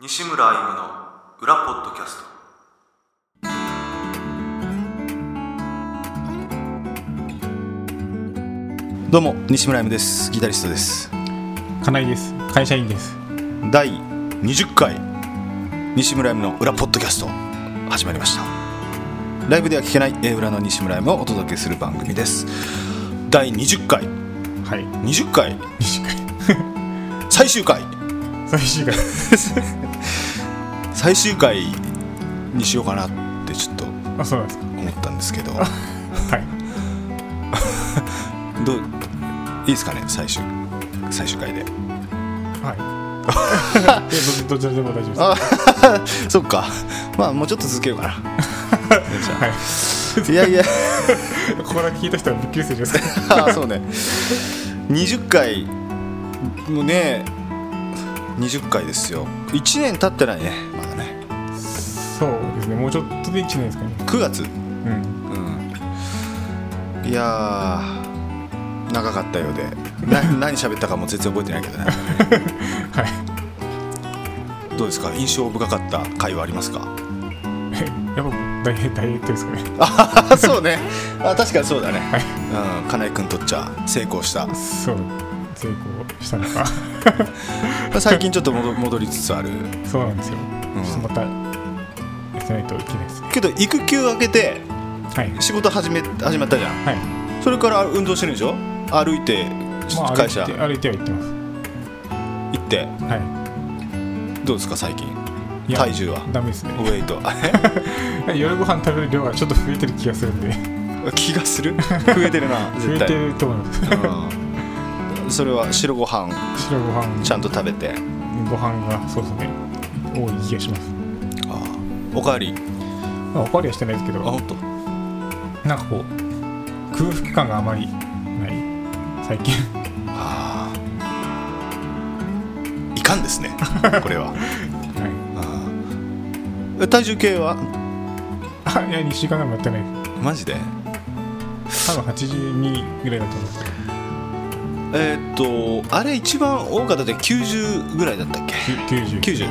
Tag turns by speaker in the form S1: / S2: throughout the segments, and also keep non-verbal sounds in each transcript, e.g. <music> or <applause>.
S1: 西村歩夢の裏ポッドキャスト
S2: どうも西村歩ですギタリストです
S3: 金井です会社員です
S2: 第20回西村歩の裏ポッドキャスト始まりましたライブでは聞けないえー裏の西村歩をお届けする番組です第20回
S3: はい
S2: 20回
S3: 西回
S2: <laughs> 最終回
S3: 最終回
S2: 最終回にしようかなってちょっと思
S3: <laughs> あそうなんですか
S2: ったんですけど
S3: はい
S2: どういいですかね最終最終回で
S3: はいえどどちらでも大丈夫です
S2: あ <laughs> そっかまあもうちょっと続けようかなじゃあ
S3: はい <laughs>
S2: やいや
S3: いここだけ聞いた人はびっくりするじゃないですか
S2: あーそうね20回もうね20回ですよ1年経ってないねまだね
S3: そうですねもうちょっとで1年ですかね
S2: 9月う
S3: うん
S2: んいやー長かったようでな <laughs> 何喋ったかも全然覚えてないけどね
S3: はい
S2: どうですか印象深かった回はありますか
S3: えやっぱダイエダイエットですかね
S2: あ <laughs> そうねあ確かにそうだね、
S3: はい
S2: うん、金井君とっちゃ成功した
S3: そう成功したのか <laughs>
S2: 最近ちょっと戻戻りつつある
S3: そうなんですよ、ちょっとまたやってないといけないですね
S2: けど育休明けて
S3: はい
S2: 仕事始め始まったじゃん
S3: はい
S2: それから運動してるんでしょ歩いて
S3: まあ
S2: 会社
S3: 歩い
S2: 行
S3: て歩いては行ってます
S2: って
S3: は
S2: どうですか最近
S3: いいや
S2: 体重は
S3: ダメですね
S2: ウェイトあれ
S3: 夜ご飯食べる量がちょっと増えてる気がするんで
S2: <laughs> 気がする <laughs> 増えてるな
S3: 増
S2: 絶
S3: え
S2: 対
S3: てると思います
S2: うんそれは白ご飯
S3: 白ご飯
S2: ちゃんと食べて
S3: ご飯がそうですね多い気がします、
S2: あおかわり
S3: まあ、おかわりはしてないですけど
S2: あ
S3: な
S2: 本当
S3: んかこう空腹感があまりない最近
S2: あーいかんです <laughs> ねこれは
S3: はい
S2: あー体重計は
S3: あいや2週間ぐらいもやってない
S2: マジで
S3: 多分82ぐらいだと思うんですけど
S2: えーっとあれ一番多かった時90ぐらいだったっけ
S3: きゅ90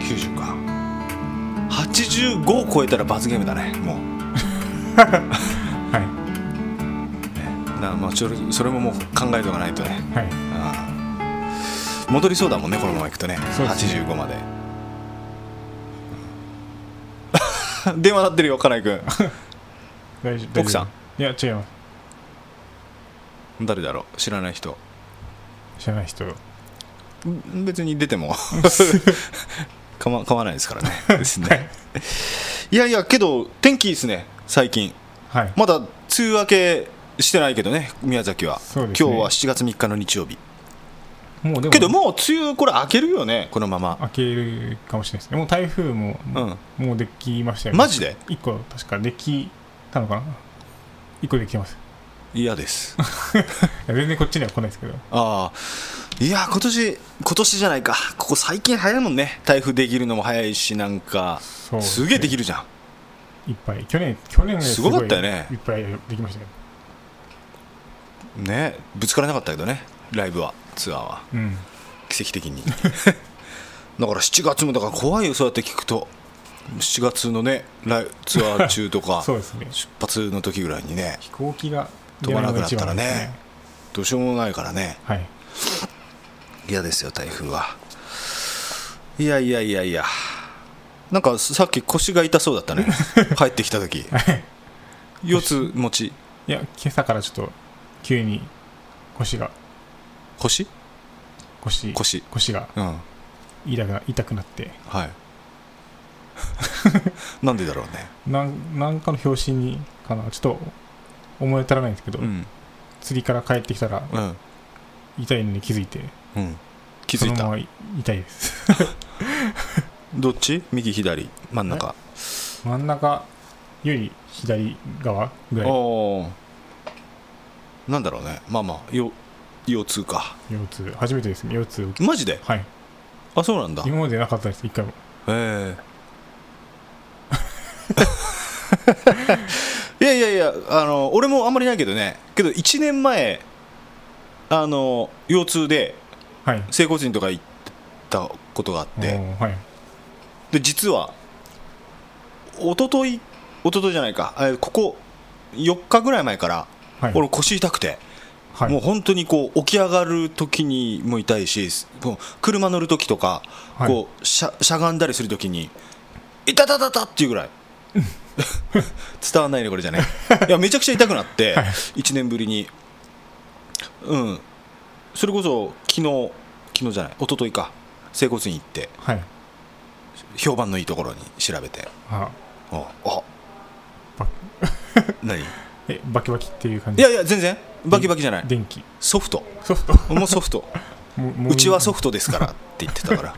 S2: 9090か85を超えたら罰ゲームだねもう
S3: は
S2: なまあちょそれももう考えとかないとね
S3: いはい
S2: うん戻りそうだもんねこのままいくとね
S3: そうですね
S2: 85まで <laughs> 電話鳴ってるよ金井君 <laughs>
S3: 大丈夫
S2: 奥さ
S3: んいや違います
S2: 誰だろう知らない人
S3: 知らない人
S2: ん別に出ても <laughs> かま構わないです
S3: <laughs>
S2: からねですね、い、やいやけど天気いいですね最近
S3: はい
S2: まだ梅雨明けしてないけどね、宮崎は、
S3: そう
S2: 今
S3: で
S2: 日
S3: すね
S2: は7月3日の日曜日、
S3: もうでも
S2: けどもう梅雨、これ明けるよね、このまま、
S3: 開けるかもしれないですねもう台風も、
S2: うん、
S3: もうできましたよね
S2: マジで
S3: 1個確かできたのかな1個できてます
S2: 嫌です、
S3: いや全然こっちには来ないですけど
S2: ああ、いや、今年今年じゃないか、ここ最近早いもんね、台風できるのも早いし、なんか、
S3: そうですね
S2: げえできるじゃん、
S3: いっぱい去年去年のやつ
S2: すごかったよね
S3: いっぱいできましたよ
S2: ね、ぶつからなかったけどね、ライブは、ツアーは、
S3: うん
S2: 奇跡的に。 <laughs> だから7月もだから怖いよ、そうやって聞くと、7月のね、ライツアー中とか、
S3: <laughs> そうですね
S2: 出発の時ぐらいにね。
S3: 飛行機が
S2: 飛ばなくなったらねどうしようもないからね
S3: はい
S2: 嫌ですよ台風はいやいやいやいやなんかさっき腰が痛そうだった
S3: <laughs>
S2: ね帰ってきた時腰痛持ち
S3: いや今朝からちょっと急に腰が
S2: 腰
S3: 腰
S2: 腰
S3: 腰が
S2: うん
S3: 痛くな痛くなって <laughs>
S2: はいなんでだろうね
S3: なんなんかの拍子にかなちょっと思い当たらないんですけど、
S2: うん
S3: 釣りから帰ってきたら
S2: うん
S3: 痛いのに気づいて
S2: うん気づい
S3: その
S2: た
S3: まま痛いです <laughs>
S2: どっち右左真ん中
S3: 真ん中より左側ぐらい
S2: おーなんだろうねまあまあよ腰痛か
S3: 腰痛初めてですね腰痛を
S2: マジで
S3: はい
S2: あそうなんだ
S3: 今までなかったです一回も
S2: ええ <laughs> いやいやいやあの俺もあんまりないけどねけど1年前あの腰痛で
S3: はい
S2: 整骨院とか行っったことがあっ
S3: お
S2: て
S3: ーはい
S2: で実は一昨日一昨日じゃないかえここ4日ぐらい前から、
S3: はい
S2: 俺腰痛くて、
S3: はい
S2: もう本当にこう起き上がる時にも痛いしもう車乗る時とか、
S3: はい
S2: こうしゃしゃがんだりする時に「痛たたた」っていうぐらい <laughs> 伝わんないねこれじゃ
S3: <laughs>
S2: ねいやめちゃくちゃ痛くなって、
S3: はい
S2: 1年ぶりにうんそれこそ昨日昨日じゃない一昨日か整骨院行って
S3: はい
S2: 評判のいいところに調べて
S3: あ
S2: うんあ
S3: バ
S2: 何い
S3: えバキバキっていう感じ
S2: やいや全然バキバキじゃない
S3: 電気
S2: ソフト
S3: ソフト
S2: もうソフト
S3: もも
S2: うちはソフトですからって言ってた
S3: <laughs>
S2: から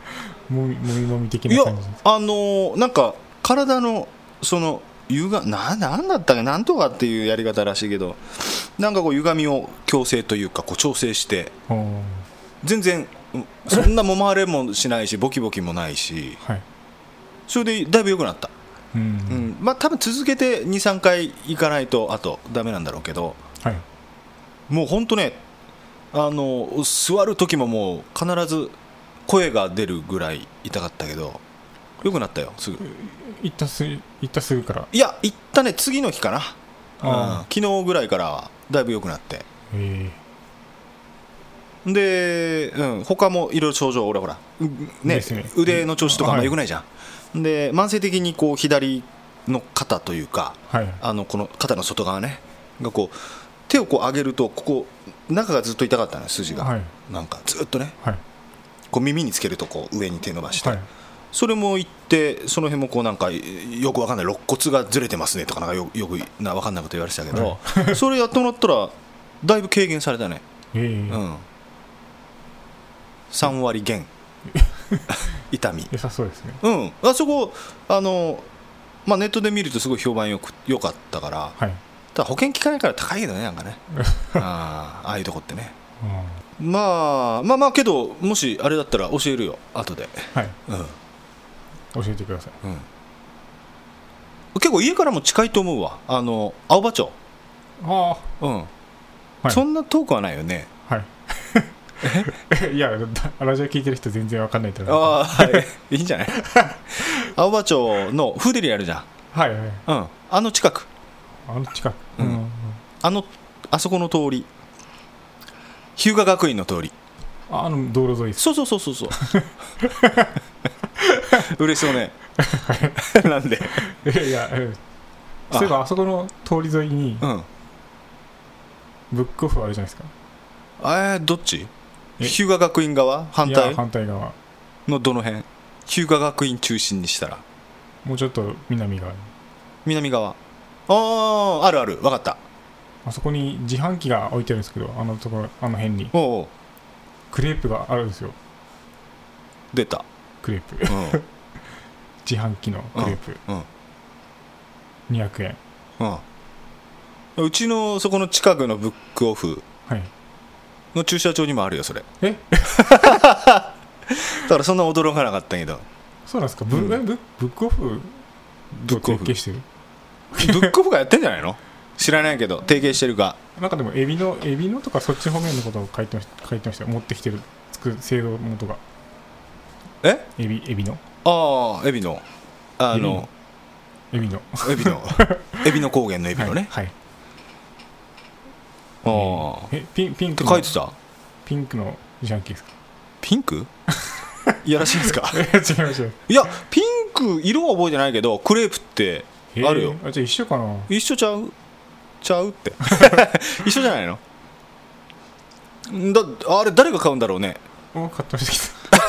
S3: もみもみもみ的
S2: いや
S3: な感じです
S2: あのーなんか体のそのゆがななんだったっけなんとかっていうやり方らしいけどなんかこう歪みを矯正というかこう調整して
S3: おー
S2: 全然うんそんなもまれもしないしボキボキもないし
S3: はい
S2: それでだいぶ良くなった、
S3: うん、
S2: うんまあ多分続けて23回行かないとあとダメなんだろうけど
S3: はい
S2: もう本当ねあの座る時ももう必ず声が出るぐらい痛かったけど良くなったよすぐ
S3: 行ったす行ったすぐから
S2: いや行ったね次の日かなうん
S3: あ
S2: 昨日ぐらいからはだいぶ良くなって
S3: ーえ
S2: で、うん、他もいろいろ症状俺ほら、うね
S3: ですね
S2: 腕の調子とかあん
S3: は
S2: ま
S3: い
S2: 良くないじゃん、で慢性的にこう左の肩というか
S3: ーはい
S2: あのこの肩の外側ねがこう手をこう上げるとここ中がずっと痛かったのよ筋が、
S3: はい
S2: なんかずっとね
S3: はい
S2: こう耳につけるとこう上に手伸ばして、
S3: はい
S2: それも行ってその辺もこうなんかいよくわかんない肋骨がずれてますねとかなんかよ <laughs> よくなわかんないこと言われてたけど、 <laughs> それやってもらったらだいぶ軽減されたね、
S3: えー
S2: うん、3割減痛み、
S3: 良さそうですね
S2: うん、あそこあの、まあ、ネットで見るとすごい評判よくよかったから
S3: はい
S2: ただ保険効かないから高いけどねなんかねあーああいうとこってね
S3: あ
S2: まあまあまあけどもしあれだったら教えるよ後で、
S3: ーはい
S2: うん、
S3: 教えてください
S2: うん、結構家からも近いと思うわあの青葉町、
S3: あ
S2: うん
S3: あはい
S2: そんな遠くはないよ
S3: <laughs>
S2: ね
S3: はい <laughs> いやだラジオ聞いてる人全然わかんないと思う
S2: ああはいいいんじゃない <laughs> 青葉町のフーデリあるじゃん、
S3: はいはい
S2: うん、あの近く
S3: あの近く
S2: うん
S3: うん
S2: あのあそこの通り日向学院の通り
S3: あの道路沿いです
S2: そうそうそうそう
S3: <laughs>
S2: そう嬉しそうねなんで
S3: いやうんそういえばあそこの通り沿いに
S2: うん
S3: ブックオフあるじゃないですか
S2: えーどっち
S3: え
S2: 日向学院側反
S3: いや
S2: 対
S3: 反対側
S2: のどの辺日向学院中心にしたら
S3: もうちょっと南側に
S2: 南側あああるある分かった
S3: あそこに自販機が置いてあるんですけどあのところあの辺に
S2: おうおう
S3: クレープがあるんですよ
S2: 出た
S3: クレープ <laughs>
S2: うん
S3: 自販機のクレープ
S2: うん
S3: 200円
S2: うんうちのそこの近くのブックオフ
S3: はい
S2: の駐車場にもあるよそれ
S3: え
S2: <laughs> だからそんな驚かなかったけど
S3: そうなんですかブ,え、
S2: うん
S3: ブブックオフ
S2: ブ
S3: と
S2: ックオ
S3: 提
S2: フ
S3: 携してる
S2: ブックオフがやってんじゃないの知らないけど提携してるか
S3: なんかでもエビのエビのとかそっち方面のことを書いてました書いてましたよ持ってきてる作る製造元が
S2: え
S3: エビエビの
S2: ああエビのあの
S3: エビの
S2: エビ <laughs> のエビの高原のエビのね、
S3: はい、はい
S2: ああ
S3: えピンピンクの
S2: 書いてた
S3: ピンクの自販機ですか
S2: ピン <laughs> クいやらしいですか
S3: え違いました
S2: いやピンク色は覚えてないけどクレープってあるよ
S3: あじゃあ一緒かな
S2: 一緒ちゃうちゃうって <laughs> 一緒じゃないのんだあれ誰が買うんだろうね <laughs>
S3: お買ってました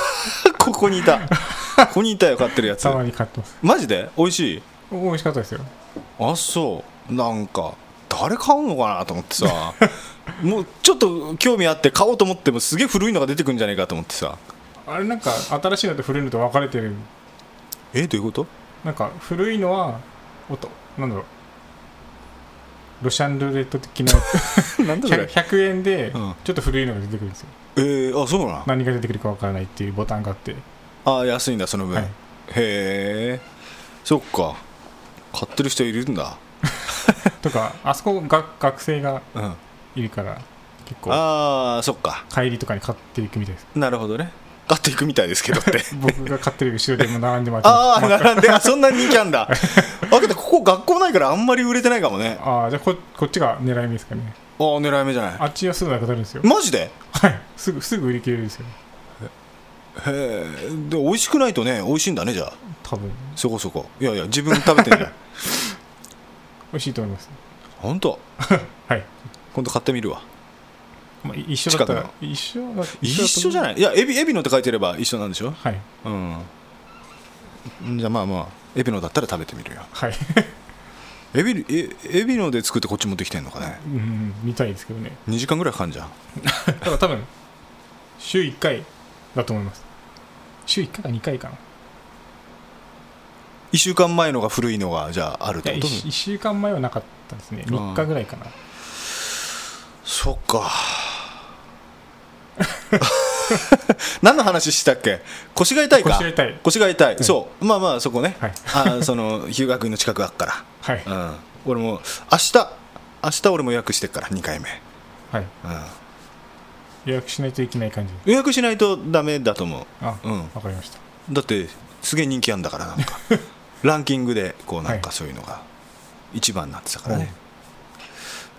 S3: け
S2: ここにいたここにいたよ買ってるや
S3: ど
S2: つ
S3: <laughs> たまに買ってます
S2: マジで美味しい
S3: お美味しかったですよ
S2: あそうなんか誰買うのかなと思ってさ
S3: <laughs>
S2: もうちょっと興味あって買おうと思ってもすげえ古いのが出てくるんじゃないかと思ってさ
S3: あれなんか新しいのと古いのと分かれてる
S2: えどういうこと <laughs>
S3: なんか古いのは音なんだろうロシアンルーレッ
S2: <laughs>
S3: ト的なやつ
S2: なんだそ
S3: <laughs> 100,
S2: れ
S3: 100円で
S2: うん
S3: ちょっと古いのが出てくるんですよ、
S2: えー、あそうなん
S3: 何が出てくるか分からないっていうボタンがあって
S2: あー安いんだその分、
S3: はい
S2: へえそっか買ってる人いるんだ
S3: とかあそこが学生が
S2: うん
S3: いるから結構
S2: ああそっか
S3: 帰りとかに買っていくみたいです
S2: なるほどね買っていくみたいですけどって <laughs>
S3: 僕が買ってる後ろでも並んでもらって
S2: ああ並んであそんな人気あんだあけどここ学校ないからあんまり売れてないかもねあ
S3: ああじゃあここっちが狙い目ですかね
S2: あ狙い目じゃない
S3: あっちはすぐなくなるんですよ
S2: マジで
S3: はいすぐすぐ売り切れるんですよ
S2: へえで美味しくないとね美味しいんだねじゃあ
S3: 多分
S2: そこそこいやいや自分食べてんじ <laughs> ゃん
S3: 美味しいと思います
S2: 本当
S3: はい、
S2: 今度買ってみるわ
S3: まあ、い一緒だったら
S2: 近
S3: 一緒だ
S2: 一緒じゃ
S3: ない
S2: ないいやエビエビのって書いてれば一緒なんでしょ
S3: はい
S2: うんじゃあまあまあエビのだったら食べてみるよ
S3: はい <laughs>
S2: エビえエビので作ってこっち持ってきてんのかね
S3: うん見たいですけどね
S2: 2時間ぐらいかかんじゃん
S3: ただ多分週1回だと思います週1回か2回かな
S2: 1週間前のが古いのがじゃああるっ
S3: いや
S2: てこと
S3: 1, 週間前はなかったですね
S2: ん
S3: 3日ぐらいかな
S2: そっか <laughs> 何の話したっけ腰が痛いか
S3: 腰が痛い
S2: 腰が痛い、そうまあまあそこね、
S3: はい
S2: あその日向君の近くあっか
S3: はい
S2: ら、うん、俺も明日明日俺も予約してっから2回目、
S3: はい
S2: うん、
S3: 予約しないといけない感じ
S2: 予約しないとダメだと思
S3: あ、
S2: う
S3: うんわかりました
S2: うだってすげえ人気あんだからなん <laughs> かランキングでこうなんか
S3: はい
S2: そういうのが一番になってたからね、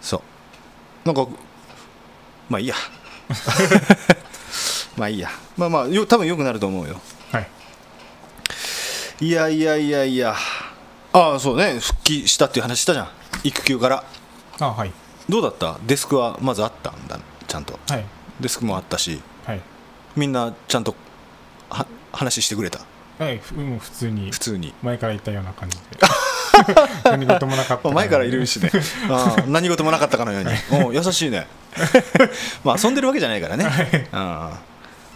S2: そうなんかまあい <laughs> いやまあいいやまあまあよ多分良くなると思うよ
S3: はい
S2: いやいやいやいやああそうね復帰したっていう話したじゃん育休から
S3: あはい
S2: どうだったデスクはまずあったんだちゃんと
S3: はい
S2: デスクもあったし
S3: はい
S2: みんなちゃんとは話してくれた
S3: はい、ふうん、普通に
S2: 普通に
S3: 前から言ったような
S2: <laughs>
S3: 感じで何事もなかった
S2: まあ前からいるしねああ何事もなかったかのようにおう優しいねまあ遊んでるわけじゃないからねああ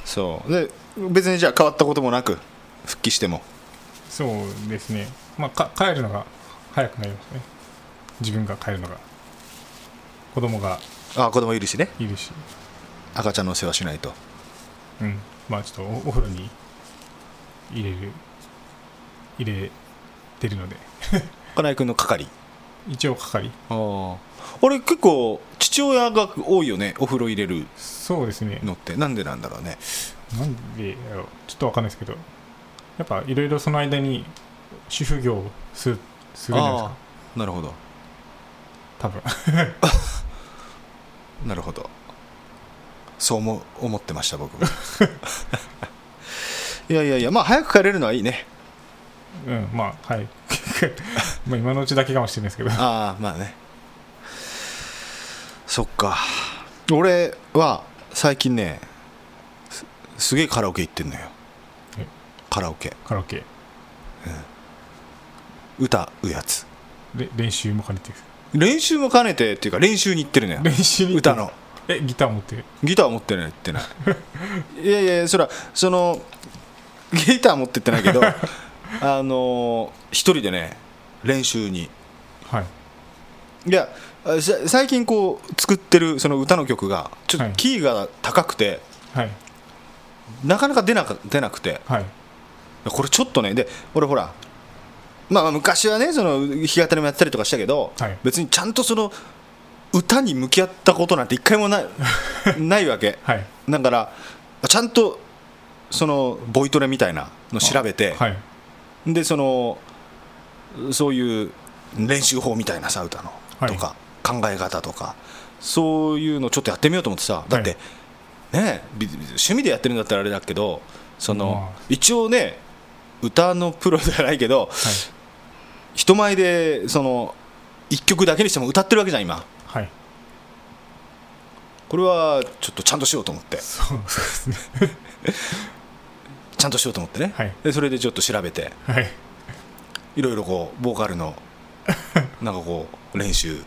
S2: そうで別にじゃあ変わったこともなく復帰しても
S3: そうですねまあか帰るのが早くなりますね自分が帰るのが子供が
S2: ああ子供いるしね
S3: いるし
S2: 赤ちゃんの世話しないと
S3: うんまあちょっとおお風呂に入れる入れてるので
S2: 金井君の係
S3: 一応係
S2: あれ結構父親が多いよねお風呂入れる
S3: そうですね
S2: のってなんでなんだろうね
S3: なんでやろうちょっとわかんないですけどやっぱいろいろその間に主婦業をするするじゃないです
S2: あ
S3: か
S2: あなるほど
S3: 多分
S2: なるほどそう思う思ってました僕もいやいやいやまあ早く帰れるのはいいね
S3: うんまあはい <laughs> まあ今のうちだけかもしれないですけどは
S2: ああまあねそっか俺は最近ねすすげえカラオケ行ってんのよ
S3: え
S2: カラオケ
S3: カラオケ
S2: 歌うやつ
S3: れ練習も兼ねて
S2: 練習も兼ねてっていうか練習に行ってるのよ
S3: 練習に
S2: 歌の
S3: えギター持って
S2: ギター持ってないってない <laughs> いやいやそらそのギター持ってってないけ
S3: <laughs>
S2: どあの一人でね練習に
S3: はい
S2: いやあさ最近こう作ってるその歌の曲がちょっ
S3: は
S2: と
S3: い
S2: キーが高くて、
S3: はい
S2: なかなか出なか出なくて
S3: はい
S2: これちょっとねで俺ほらまあまあ昔はねその弾き語りもやったりとかしたけど、
S3: はい
S2: 別にちゃんとその歌に向き合ったことなんて一回も
S3: <laughs>
S2: ないないわけ
S3: はい
S2: だからちゃんとそのボイトレみたいなの調べて、
S3: はい
S2: でそのそういう練習法みたいなさ歌の
S3: はい
S2: とか、考え方とかそういうのちょっとやってみようと思ってさだって、ねび趣味でやってるんだったらあれだけどその
S3: まあ
S2: 一応ね歌のプロじゃないけど人前でその1曲だけにしても歌ってるわけじゃん今
S3: はいはい
S2: これはちょっとちゃんとしようと思って
S3: そうそうですね
S2: ちゃんとしようと思ってね、
S3: はい
S2: でそれでちょっと調べて
S3: はい
S2: いろいろこうボーカル
S3: <laughs>
S2: のなんかこう練習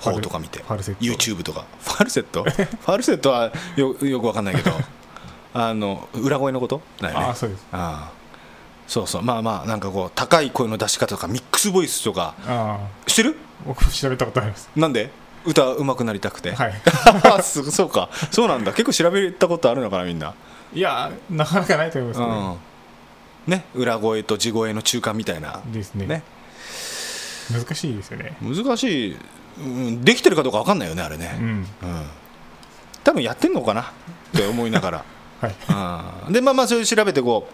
S2: 法とか見て
S3: ファルセット
S2: YouTube とかファルセッ
S3: <laughs>
S2: トファルセットはよよくわかんないけど <laughs> あの裏声のことだよね
S3: ああそうです
S2: ああそうそうまあまあなんかこう高い声の出し方とかミックスボイスとか
S3: ああ
S2: してる
S3: 僕も調べたことあります
S2: なんで歌うまくなりたくて、 <laughs>
S3: は
S2: そそうかそうなんだ結構調べたことあるのかなみんな、
S3: いいやなかなかないと思います
S2: う
S3: ね、
S2: んね裏声と地声の中間みたいな
S3: ですね
S2: ね
S3: 難しいですよね
S2: 難しい、うん、できてるかどうか分かんないよねあれ
S3: う
S2: ね、
S3: ん
S2: うん多分やってんのかなって思いながら
S3: はい
S2: うんでまあまあそれ調べてこ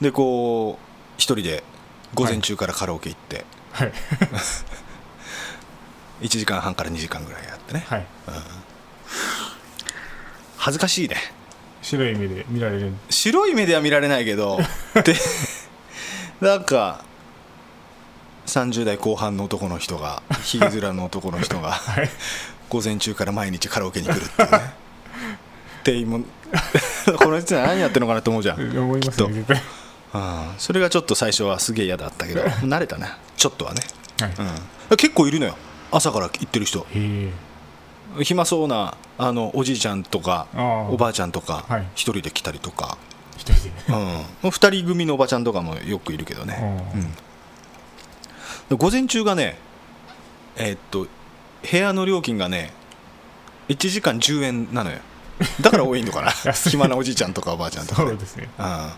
S2: うでこう一人で午前中からカラオケ行って、
S3: はい <laughs>
S2: 1時間半から2時間ぐらいやってね、
S3: はい
S2: 恥ずかしいね
S3: 白い目で見られる
S2: 白い目では見られないけ
S3: <laughs>
S2: どでなんか30代後半の男の人がひげ面の男の人が
S3: <laughs> はい
S2: 午前中から毎日カラオケに来るっていうね店
S3: <laughs>
S2: 員も <laughs> この人は何やってるのかなと思うじゃん、
S3: 思いますね絶対
S2: うんそれがちょっと最初はすげえ嫌だ
S3: <laughs>
S2: ったけど慣れたねちょっとはね、
S3: はい、
S2: うん、結構いるのよ朝から行ってる人
S3: へえ
S2: 暇そうなあのおじいちゃんとか
S3: あー
S2: おばあちゃんとか
S3: はい
S2: 一人で来たりとか、
S3: 一人で
S2: うん、二人組のおばちゃんとかもよくいるけどね、
S3: うん
S2: で午前中がねえーっと部屋の料金がね1時間10円なのよだから多いのかな
S3: <laughs> 安い
S2: 暇なおじいちゃんとかおばあちゃんとか、
S3: そ
S2: ね、
S3: うですね
S2: うん、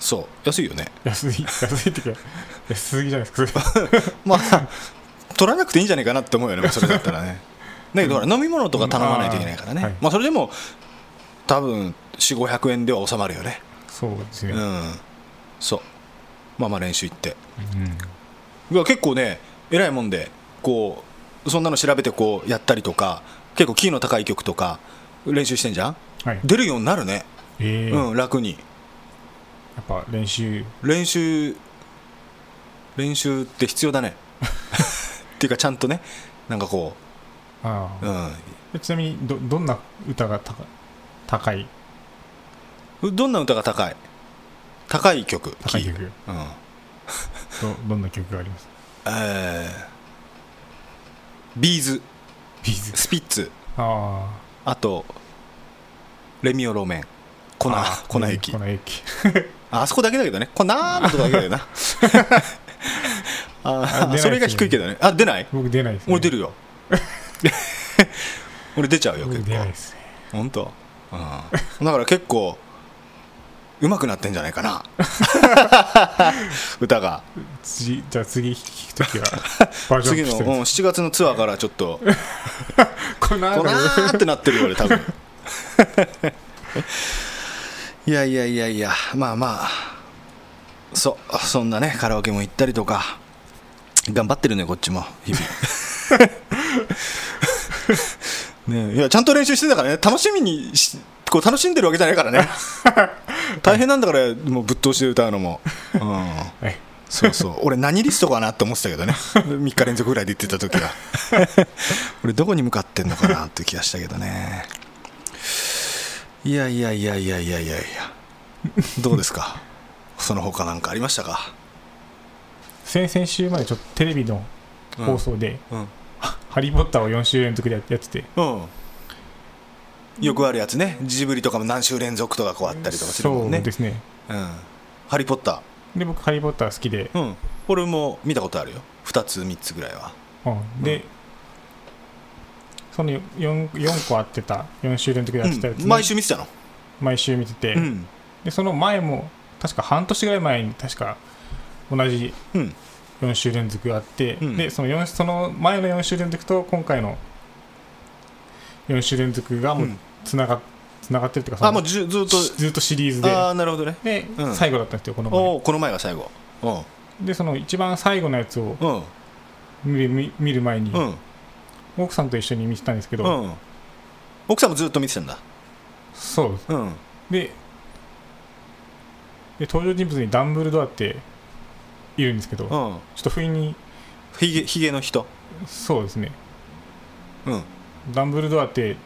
S2: そう安いよね
S3: 安い安いってか <laughs> 安すぎじゃないですか
S2: <laughs>
S3: それ
S2: まあ <laughs> 取らなくていいんじゃないかなって思うよねそれだったら
S3: <laughs>
S2: ねだけどほら飲み物とか頼まないといけないからね、
S3: うんあーはい
S2: まあ、それでも多分4500円では収まるよね
S3: そうですね、
S2: う
S3: うん
S2: んそうまあまあ練習行ってうわ結構ね偉いもんでこうそんなの調べてこうやったりとか結構キーの高い曲とか練習してんじゃん
S3: はい
S2: 出るようになるね、
S3: ええ
S2: うん楽に
S3: やっぱ練習
S2: 練習練習って必要だ
S3: <laughs>
S2: ねっていうかちゃんとねなんかこ
S3: あ
S2: う、
S3: あ、えちなみにどどんな歌が高高い
S2: うん、どんな歌が高い高い曲
S3: 高い
S2: キー
S3: 曲
S2: うん
S3: どどんな曲があります
S2: えービーズ
S3: ビー
S2: <laughs>
S3: ズ
S2: スピッツ
S3: あ
S2: あとレミオロメン粉
S3: あ
S2: 粉雪
S3: 粉雪
S2: ああそこだけだけどね粉のとこだけだよな
S3: <laughs>
S2: あ
S3: あ出ない
S2: それが低いけどねあ出ない
S3: 僕出ないです、ね、
S2: 俺出るよ <laughs> 俺出ちゃうよ
S3: 僕
S2: 結
S3: 出ない
S2: 構
S3: ですね
S2: 本当、うん、だから結構上手くなってんじゃないか
S3: <laughs>
S2: な歌が
S3: 次じゃあ次聴くと
S2: <laughs>
S3: きはバージョ
S2: 次
S3: ンアップ
S2: の、
S3: して
S2: うん、7月のツアーからちょっと
S3: この
S2: こ
S3: 後
S2: なーってなってるよ俺多分 <laughs> いやいやいやいやまあまあそそんなねカラオケも行ったりとか頑張ってるねこっちも日 <laughs> 々ねえいやちゃんと練習してたからね楽しみにしこう楽しんでるわけじゃないから <laughs> ね大変なんだからもうぶっ通しで歌うのも、うん、
S3: はい
S2: そうそう俺何リストかなと思ってたけどね3 <laughs> 日連続ぐらいで言ってた時は
S3: <laughs>
S2: 俺どこに向かってんのかなって気がしたけどねいやいやいやいやいやいやいやどうです
S3: <laughs>
S2: かその他なんかありましたか
S3: 先々週までちょっとテレビの放送で
S2: うん、
S3: 「ハリー・ポッター」を4週連続でやってやってて
S2: うん、よくあるやつねジブリとかも何週連続とかこうあったりとかするも
S3: そ
S2: ん
S3: う
S2: ね
S3: ですね
S2: うん、ハリー・ポッタ
S3: で僕「ハリー・ポッター」好きで、
S2: ー、うん、俺も見たことあるよ2つ3つぐらいは
S3: うんで、その 4, 4個あってた4週連続でやってたやつ
S2: う
S3: に、
S2: ん毎週見てたの、
S3: 毎週見てて、
S2: うん
S3: でその前も確か半年ぐらい前に確か同じ
S2: うん、
S3: 4週連続あって、
S2: うん
S3: でその4その前の4週連続と今回の4週連続がもう
S2: うん
S3: つなが,、つながってるっていうかその
S2: あもうじゅずっと
S3: しずっとシリーズで
S2: ああなるほどね
S3: で、
S2: うん
S3: 最後だったんですよこの
S2: おおこの前が最後う
S3: 前でその一番最後のやつを
S2: んうん
S3: 見る見見る前に、
S2: うん
S3: 奥さんと一緒に見てたんですけど、
S2: うん奥さんもずっと見てたんだ
S3: そうです
S2: うん
S3: でで登場人物にダンブルドアっているんですけど、ちょ
S2: う
S3: っ
S2: ん
S3: と不意に
S2: ひげひげの人
S3: そうですね <laughs>
S2: うん
S3: ダンブルドアって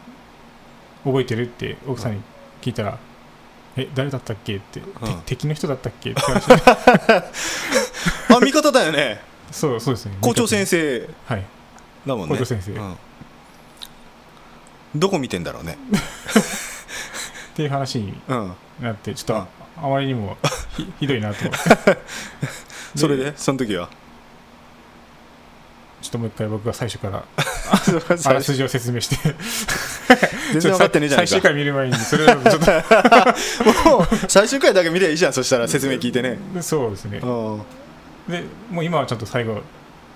S3: 覚えてるって奥さんに聞いたら、え誰だったっけって、て
S2: ん
S3: 敵の人だったっけって
S2: <laughs>
S3: 話に
S2: あ味方だよね
S3: そうそうですね
S2: 校長先
S3: 生
S2: 生
S3: はい
S2: だもんね
S3: 校長先生
S2: うんどこ見てんだろうね
S3: っていう話に
S2: うん
S3: なってちょっと
S2: うん
S3: ああまりにもひ
S2: <laughs>
S3: ひどいなと思って
S2: それでその時は
S3: ちょっともう一回僕が最初から
S2: <laughs>
S3: あらす
S2: 全
S3: じを説明して
S2: 然分かってねえじゃない
S3: 最
S2: か
S3: 終回見る前にそれだとちょっ
S2: もう最終回だけ見りゃいいじゃんそしたら説明聞いてね
S3: とそうですね
S2: うんうん
S3: でもう今はちゃんと最後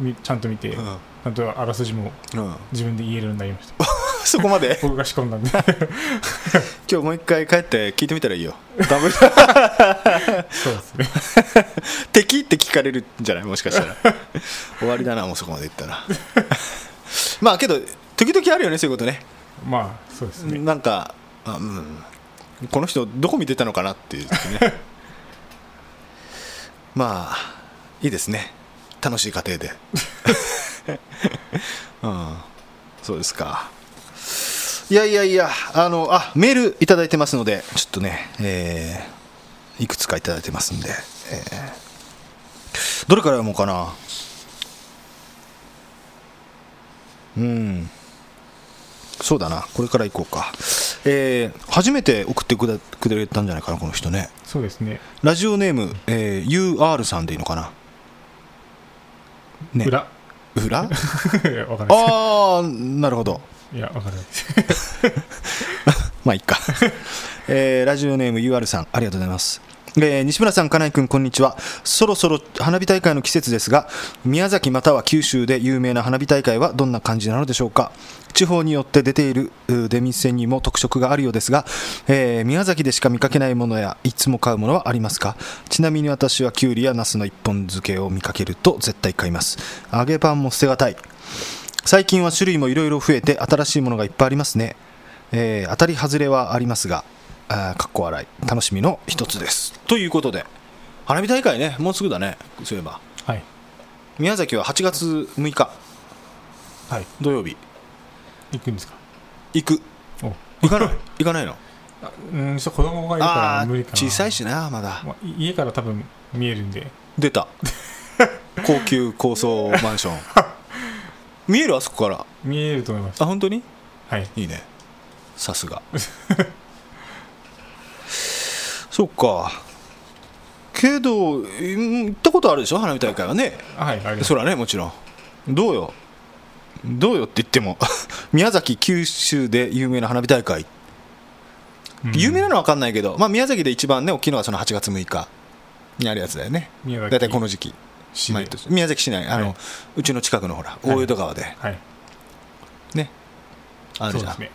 S3: みちゃんと見て、ちゃんとあらすじも
S2: うん
S3: <laughs> 自分で言えるようになりました
S2: <laughs> そこまで
S3: 僕が仕込んだんで
S2: 今日もう一回帰って聞いてみたら
S3: <laughs>
S2: いいよダブル
S3: そうですね
S2: 敵って聞かれるんじゃないもしかしたら終わりだなもうそこまでいったら <laughs> まあけど時々あるよねそういうことね
S3: まあそうですね
S2: なんかあ、うん、この人どこ見てたのかなっていうねまあいいですね楽しい家庭で、うん、そうですかいやいやいやあのあメールいただいてますのでちょっとね、えーいくつかいただいてますんで、えーどれから読もうかなうんそうだな、これから行こうか。えー初めて送ってくだくれたんじゃないかな、この人ね。
S3: そうですね
S2: ラジオネーム、えー UR さんでいいのかな。ね
S3: 裏 <laughs>
S2: 裏あ
S3: いやわかんない
S2: あ
S3: で
S2: ー、なるほど。
S3: すいやわかんないです
S2: まあいいか、 <laughs> えーラジオネーム UR さんありがとうございます、えー西村さん金井君こんにちはそろそろ花火大会の季節ですが宮崎または九州で有名な花火大会はどんな感じなのでしょうか地方によって出ているう出店にも特色があるようですが、えー宮崎でしか見かけないものやいつも買うものはありますかちなみに私はきゅうりやナスの一本漬けを見かけると絶対買います揚げパンも捨てがたい最近は種類もいろいろ増えて新しいものがいっぱいありますね、えー当たり外れはありますがあーかっこ笑い楽しみの一つですということで花火大会ねもうすぐだねそういえば
S3: はい
S2: 宮崎は8月6日
S3: はい
S2: 土曜日
S3: 行くんですか
S2: 行く
S3: お
S2: 行かない
S3: <laughs>
S2: 行かないの
S3: あうんちょっと子供がいるか
S2: ああ
S3: ら無理かな
S2: ー小さいしなまだ
S3: まあ、い家から多分見えるんで
S2: 出た高級高層マン
S3: <laughs>
S2: ション見えるあそこから
S3: 見えると思います
S2: あ本当に
S3: はい
S2: いいねさすが <laughs> そっかけどうん行ったことあるでしょ花火大会はね
S3: あはいありが
S2: そ
S3: とう
S2: らねもちろんどうよどうよって言っても <laughs> 宮崎九州で有名な花火大会、
S3: うん
S2: 有名なのは分かんないけど、まあ、宮崎で一番ね大きいのはその8月6日にあるやつだよね
S3: 宮崎
S2: 大体この時期
S3: 市で
S2: 毎年宮崎市内あの、
S3: はいう
S2: ちの近くのほら大淀川で、
S3: はい
S2: ねある
S3: そう
S2: じ
S3: で
S2: ゃん、
S3: すね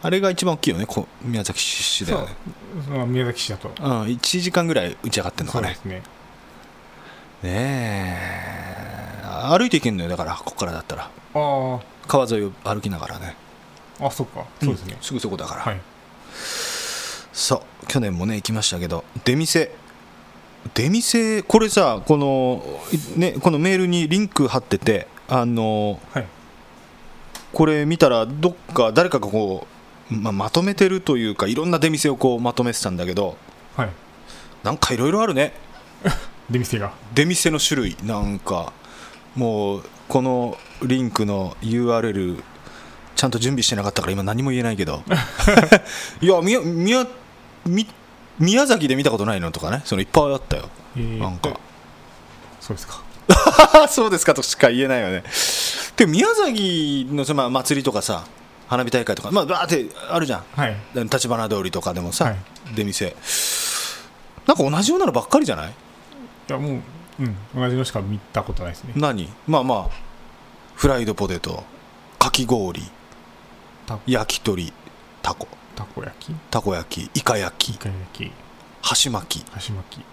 S2: あれが一番大きいよねこ宮崎市だ
S3: そ
S2: よ
S3: う
S2: ね
S3: まあ宮崎市だと
S2: うん、1時間ぐらい打ち上がってんの
S3: そ
S2: か
S3: う
S2: ね
S3: ですね
S2: ねえ歩いていけんのよだからここからだったら
S3: あ
S2: 川沿いを歩きながらね
S3: ああそっかそうですね
S2: ん、すぐそこだから、
S3: はい
S2: そう去年もね行きましたけど出店出店これさこの,い、ね、このメールにリンク貼っててあの
S3: はい
S2: これ見たらどっか誰かがこう、まあまとめてるというかいろんな出店をこうまとめてたんだけど
S3: はい
S2: なんかいろいろあるね
S3: 出店が
S2: 出店の種類なんかもうこのリンクの URL ちゃんと準備してなかったから今何も言えないけどいや宮宮み宮崎で見たことないのとかねそのいっぱいあったよ
S3: えー
S2: なんか <laughs>
S3: そうですか
S2: そうですかとしか言えないよねで宮崎のそのまあ祭りとかさ花火大会とかまあバーってあるじゃん
S3: はい
S2: 立花通りとかでもさ、
S3: はい
S2: 出店なんか同じようなのばっかりじゃない
S3: いやもううん同じのしか見たことないですね
S2: 何まあまあフライドポテトかき氷
S3: た
S2: 焼き鳥たこ
S3: たこ焼き
S2: たこ焼きイカ焼き
S3: イカ焼き
S2: 箸巻き
S3: 箸巻き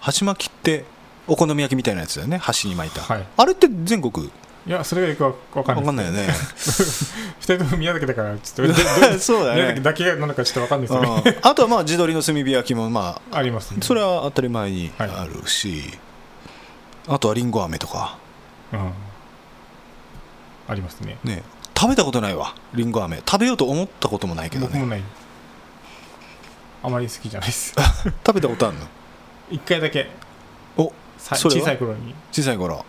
S2: 箸巻きってお好み焼きみたいなやつだよね箸に巻いた、
S3: はい
S2: あれって全国
S3: いやそれがよくわわ
S2: わ
S3: かんない
S2: かんないよね
S3: <laughs> 二人とも宮崎だからちょっと
S2: そうだ
S3: 宮
S2: よ
S3: 崎
S2: ね
S3: だけなのかちょっとわかんないですよ
S2: <laughs>
S3: ね
S2: うんあとはまあ地鶏の炭火焼きもま
S3: ありますね
S2: あそれは当たり前にあるし、あとはりんご飴とか
S3: うんありますね
S2: ね食べたことないわりんご飴食べようと思ったこともないけど
S3: 僕も
S2: ね
S3: ないあまり好きじゃないです
S2: 食べたことあるの
S3: 一回だけ
S2: お
S3: さ
S2: それ
S3: 小
S2: は
S3: さい頃に
S2: 小さい頃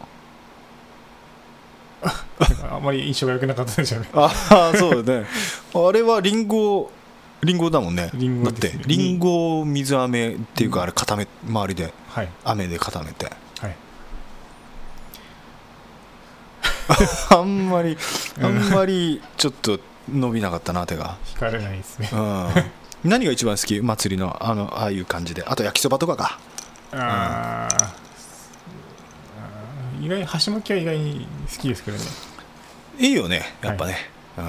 S3: あまり印象が良くなかったでしょうね
S2: ああそうだねあれはリンゴリンゴだもんね
S3: リン
S2: だ
S3: ゴ
S2: っ
S3: ですね
S2: てリンゴを水飴っていうかあれ固め周りで
S3: はい
S2: 雨で固めて
S3: はい
S2: <laughs> あんまりあんまりちょっと伸びなかったな手が
S3: 惹かれないですね
S2: うん <laughs> 何が一番好き祭りのあのああいう感じであと焼きそばとかか
S3: あーあー意外に箸巻きは意外に好きですけどね
S2: いいよねやっぱね、うん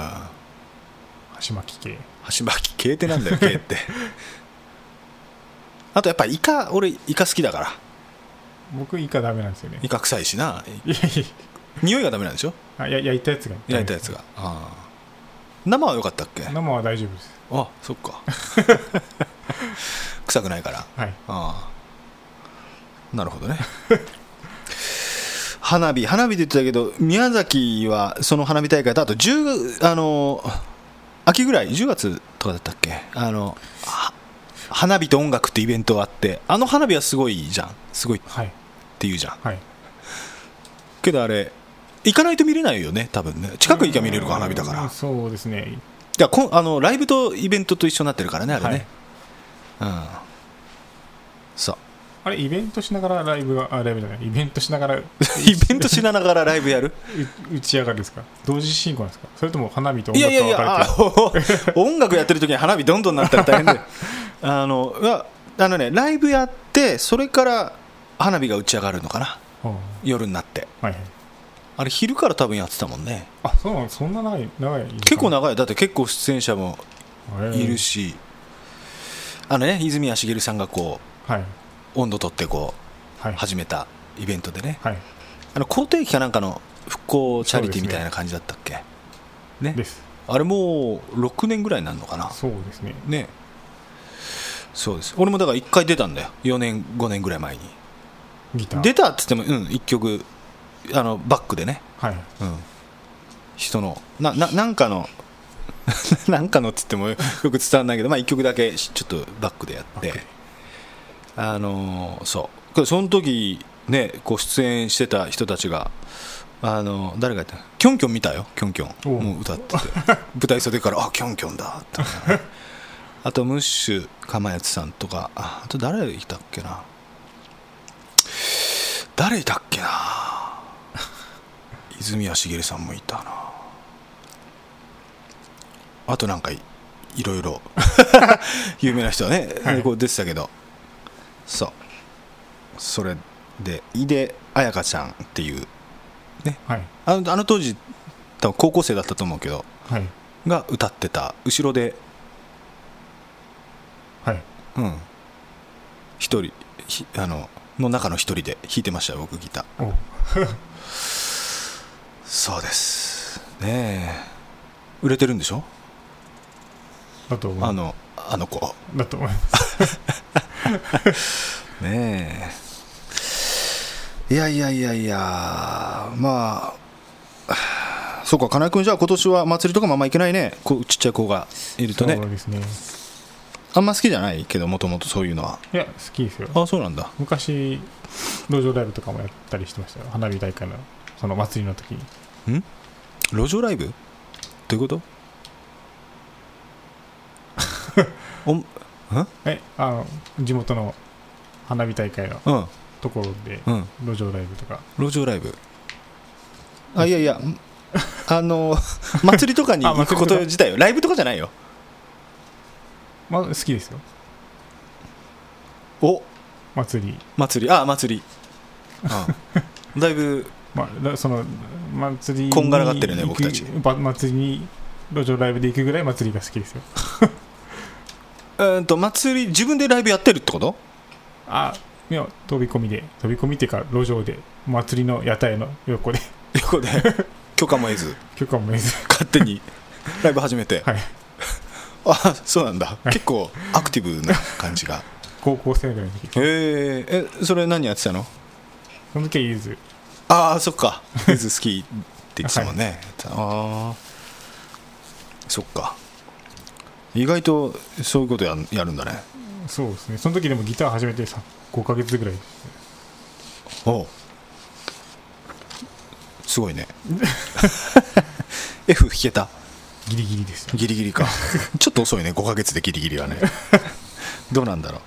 S3: 箸巻き系
S2: 箸巻き系手なんだ <laughs> よ系ってあとやっぱイカ俺イカ好きだから
S3: 僕イカダメなんですよね
S2: イカ臭いしない
S3: やい
S2: 匂いがダメなんでしょ
S3: や <laughs> あや焼いたやつが
S2: 焼いたやつがああ生は良かったっけ
S3: 生は大丈夫です
S2: あそっか臭くないから
S3: はい
S2: ああなるほどね <laughs> 花火花火で言ってたけど宮崎はその花火大会とあと10あの秋ぐらい10月とかだったっけあのは花火と音楽ってイベントがあってあの花火はすごいじゃんすごいっ
S3: はい
S2: て言うじゃん
S3: はい
S2: けどあれ行かないと見れないよね多分ね近く行きゃ見れるか花火だから
S3: うんそうですね
S2: いやこんあのライブとイベントと一緒になってるからねあれ
S3: はい
S2: ね、うんそう
S3: あれイベントしながらライブがあライブじゃないイベントしな
S2: <laughs>
S3: がらイ
S2: イベントしながらライブやる
S3: 打ち上がるですか同時進行なんですかそれとも花火と
S2: い
S3: 音
S2: やい
S3: 楽が
S2: やい
S3: 分
S2: や
S3: かれて
S2: あ音楽やってる時に花火どんどんなったら大変
S3: <laughs>
S2: だよあのいやあのねライブやってそれから花火が打ち上がるのかな
S3: るは
S2: 夜になって
S3: あはいはい
S2: あれ昼から多分やってたもんね
S3: あそうなのそんな長い長い時間
S2: 結構長いよだって結構出演者も
S3: へえ
S2: いるし、あのね泉谷しげるさんがこ
S3: はいう
S2: 温度取ってこ
S3: はいう
S2: 始めたイベントでね
S3: はい
S2: あの肯定期かなんかの復興チャリティーみたいな感じだったっけ、ね
S3: です
S2: あれもう6年ぐらいになるのかな
S3: そうですね
S2: ねそうです俺もだから1回出たんだよ4年5年ぐらい前に
S3: ギター
S2: 出たっつってもうん1曲あのバックでね、
S3: はい
S2: うん、人のなななんかの <laughs> なんかのっつってもよく伝わらないけど、まあ、1曲だけしちょっとバックでやってあのーそうこれその時ねこう出演してた人たちがあのー誰がやったキョンキョン見たよキョンキョン
S3: おう
S2: もう歌って
S3: <laughs>
S2: て舞台袖からあキョンキョンだってあとムッシュかまやつさんとかああと誰いたっけな誰いたっけな泉谷しげるさんもいたなあとなんかいいろい
S3: <laughs>
S2: ろ有名な人はね、
S3: はい
S2: こう出てたけどそうそれで井出彩香ちゃんっていう
S3: はい
S2: あのあの当時多分高校生だったと思うけど
S3: はい
S2: が歌ってた後ろで
S3: はい
S2: うん一人ひあのの中の一人で弾いてましたよ僕ギター
S3: お
S2: そうですねえ売れてるんでしょ、
S3: だと思い
S2: あ
S3: ま
S2: のあの子
S3: すだと思います
S2: ねえいやいやいやいやまあそうか金井君じゃあ今年は祭りとかもあんま行けないねこうちっちゃい子がいるとね
S3: そうですね
S2: あんま好きじゃないけどもともとそういうのはい
S3: や好きですよ
S2: あそうなんだ
S3: 昔路上ライブとかもやったりしてましたよ花火大会のその祭りの時に
S2: 路上ライブどういうこと
S3: <laughs>
S2: おん
S3: えあの地元の花火大会の
S2: うん
S3: ところで
S2: うん
S3: 路上ライブとか
S2: 路上ライブあいやいやんあの
S3: <laughs>
S2: 祭りとかに
S3: あ
S2: 行
S3: 祭りと
S2: く
S3: か
S2: こと自体よライブとかじゃないよ
S3: まあ好きですよ
S2: お
S3: 祭り
S2: 祭りあ祭り、うん、だいぶ
S3: まあらその祭りに
S2: こんがらがってるね
S3: 行
S2: 僕
S3: く
S2: たち
S3: ば祭りに路上ライブで行くぐらい祭りが好きですよ
S2: うーんと祭り自分でライブやってるってこと
S3: あいや飛び込みで飛び込みっていうか路上で祭りの屋台の横で <laughs>
S2: 横で許可も得ず
S3: 許可も得ず <laughs>
S2: 勝手にライブ始めて、
S3: はい
S2: あそうなんだ結構アクティブな感じ
S3: <laughs>
S2: が
S3: 高校生ぐらいの時
S2: へーえそれ何やってたの
S3: その時はゆず
S2: ああそっかゆず好きって言ってたもんね、ああそっか意外とそういうことやんやるんだね
S3: そうですねその時でもギター始めてさ5ヶ月ぐらい
S2: おうすごい <laughs> ね F 弾けた
S3: ギリギリですよ
S2: ギリギリかちょっと遅いね5ヶ月でギリギリはねどうなんだろ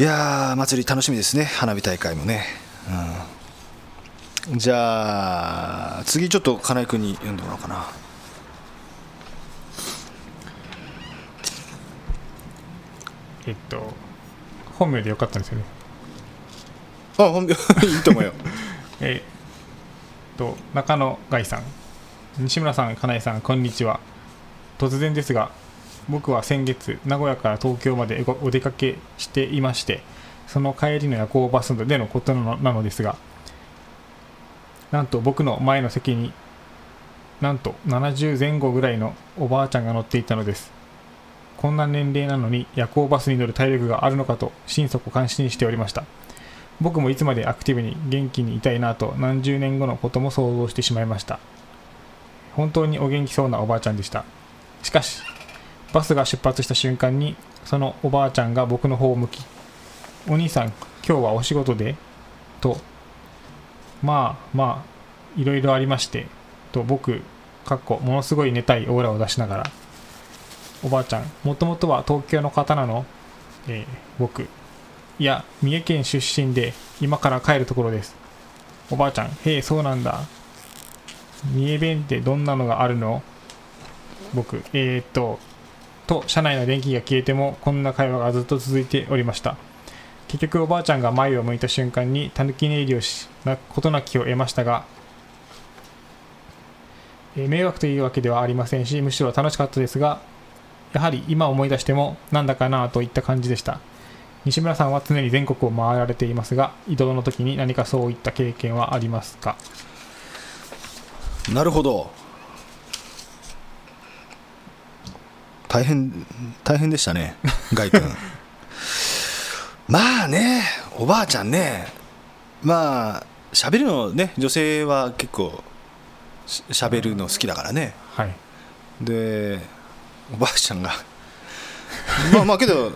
S2: ういやー祭り楽しみですね花火大会もね、うん、じゃあ次ちょっと金井君に読んでもらおうかな
S3: えっと本名でよかったんですよね
S2: あ本名 <laughs> いいと思うよ
S3: えーっと中野外さん西村さん金井さんこんにちは突然ですが僕は先月名古屋から東京までおお出かけしていましてその帰りの夜行バスでのことなのなのですがなんと僕の前の席になんと70前後ぐらいのおばあちゃんが乗っていたのですこんな年齢なのに夜行バスに乗る体力があるのかと心底感心しておりました僕もいつまでアクティブに元気にいたいなと何十年後のことも想像してしまいました本当にお元気そうなおばあちゃんでしたしかしバスが出発した瞬間にそのおばあちゃんが僕の方を向き「お兄さん今日はお仕事で?」と「まあまあいろいろありまして」と僕かっこものすごい寝たいオーラを出しながらおばあちゃんもともとは東京の方なの、えー僕いや三重県出身で今から帰るところですおばあちゃんへえそうなんだ三重弁ってどんなのがあるの僕えー、っとと車内の電気が消えてもこんな会話がずっと続いておりました結局おばあちゃんが前を向いた瞬間にたぬき寝入りをしなことなきを得ましたがえー迷惑というわけではありませんしむしろ楽しかったですがやはり今思い出してもなんだかなぁといった感じでした西村さんは常に全国を回られていますが移動の時に何かそういった経験はありますか
S2: なるほど大変大変でしたねガイ君 <laughs> まあねおばあちゃんねまあ喋るのね女性は結構し喋るの好きだからね
S3: はい
S2: でおばあちゃんがまあまあけど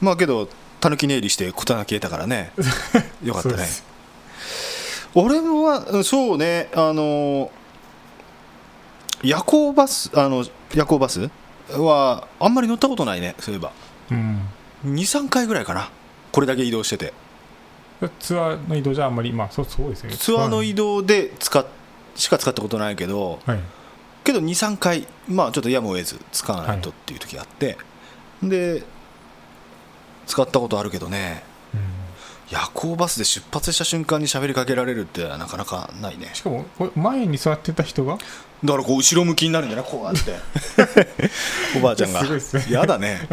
S2: まあけどたぬき寝入りして事なき得たからねよかった
S3: そうで
S2: ね
S3: す
S2: 俺はうんそうねあの夜行バスあの夜行バスはあんまり乗ったことないねそういえば
S3: うん
S2: 23回ぐらいかなこれだけ移動してて
S3: ツアーの移動じゃあんまりまあそうそうですよね
S2: ツアーの移動で使っしか使ったことないけど
S3: はい
S2: けど23回まあちょっとやむを得ず使わないとっていう時があって、で使ったことあるけどね
S3: うん
S2: 夜行バスで出発した瞬間に喋りかけられるってなかなかないね
S3: しかもこれ前に座ってた人が
S2: だからこう後ろ向きになるんじゃないこうやって
S3: <laughs>
S2: おばあちゃんが
S3: すごいっすね
S2: やだね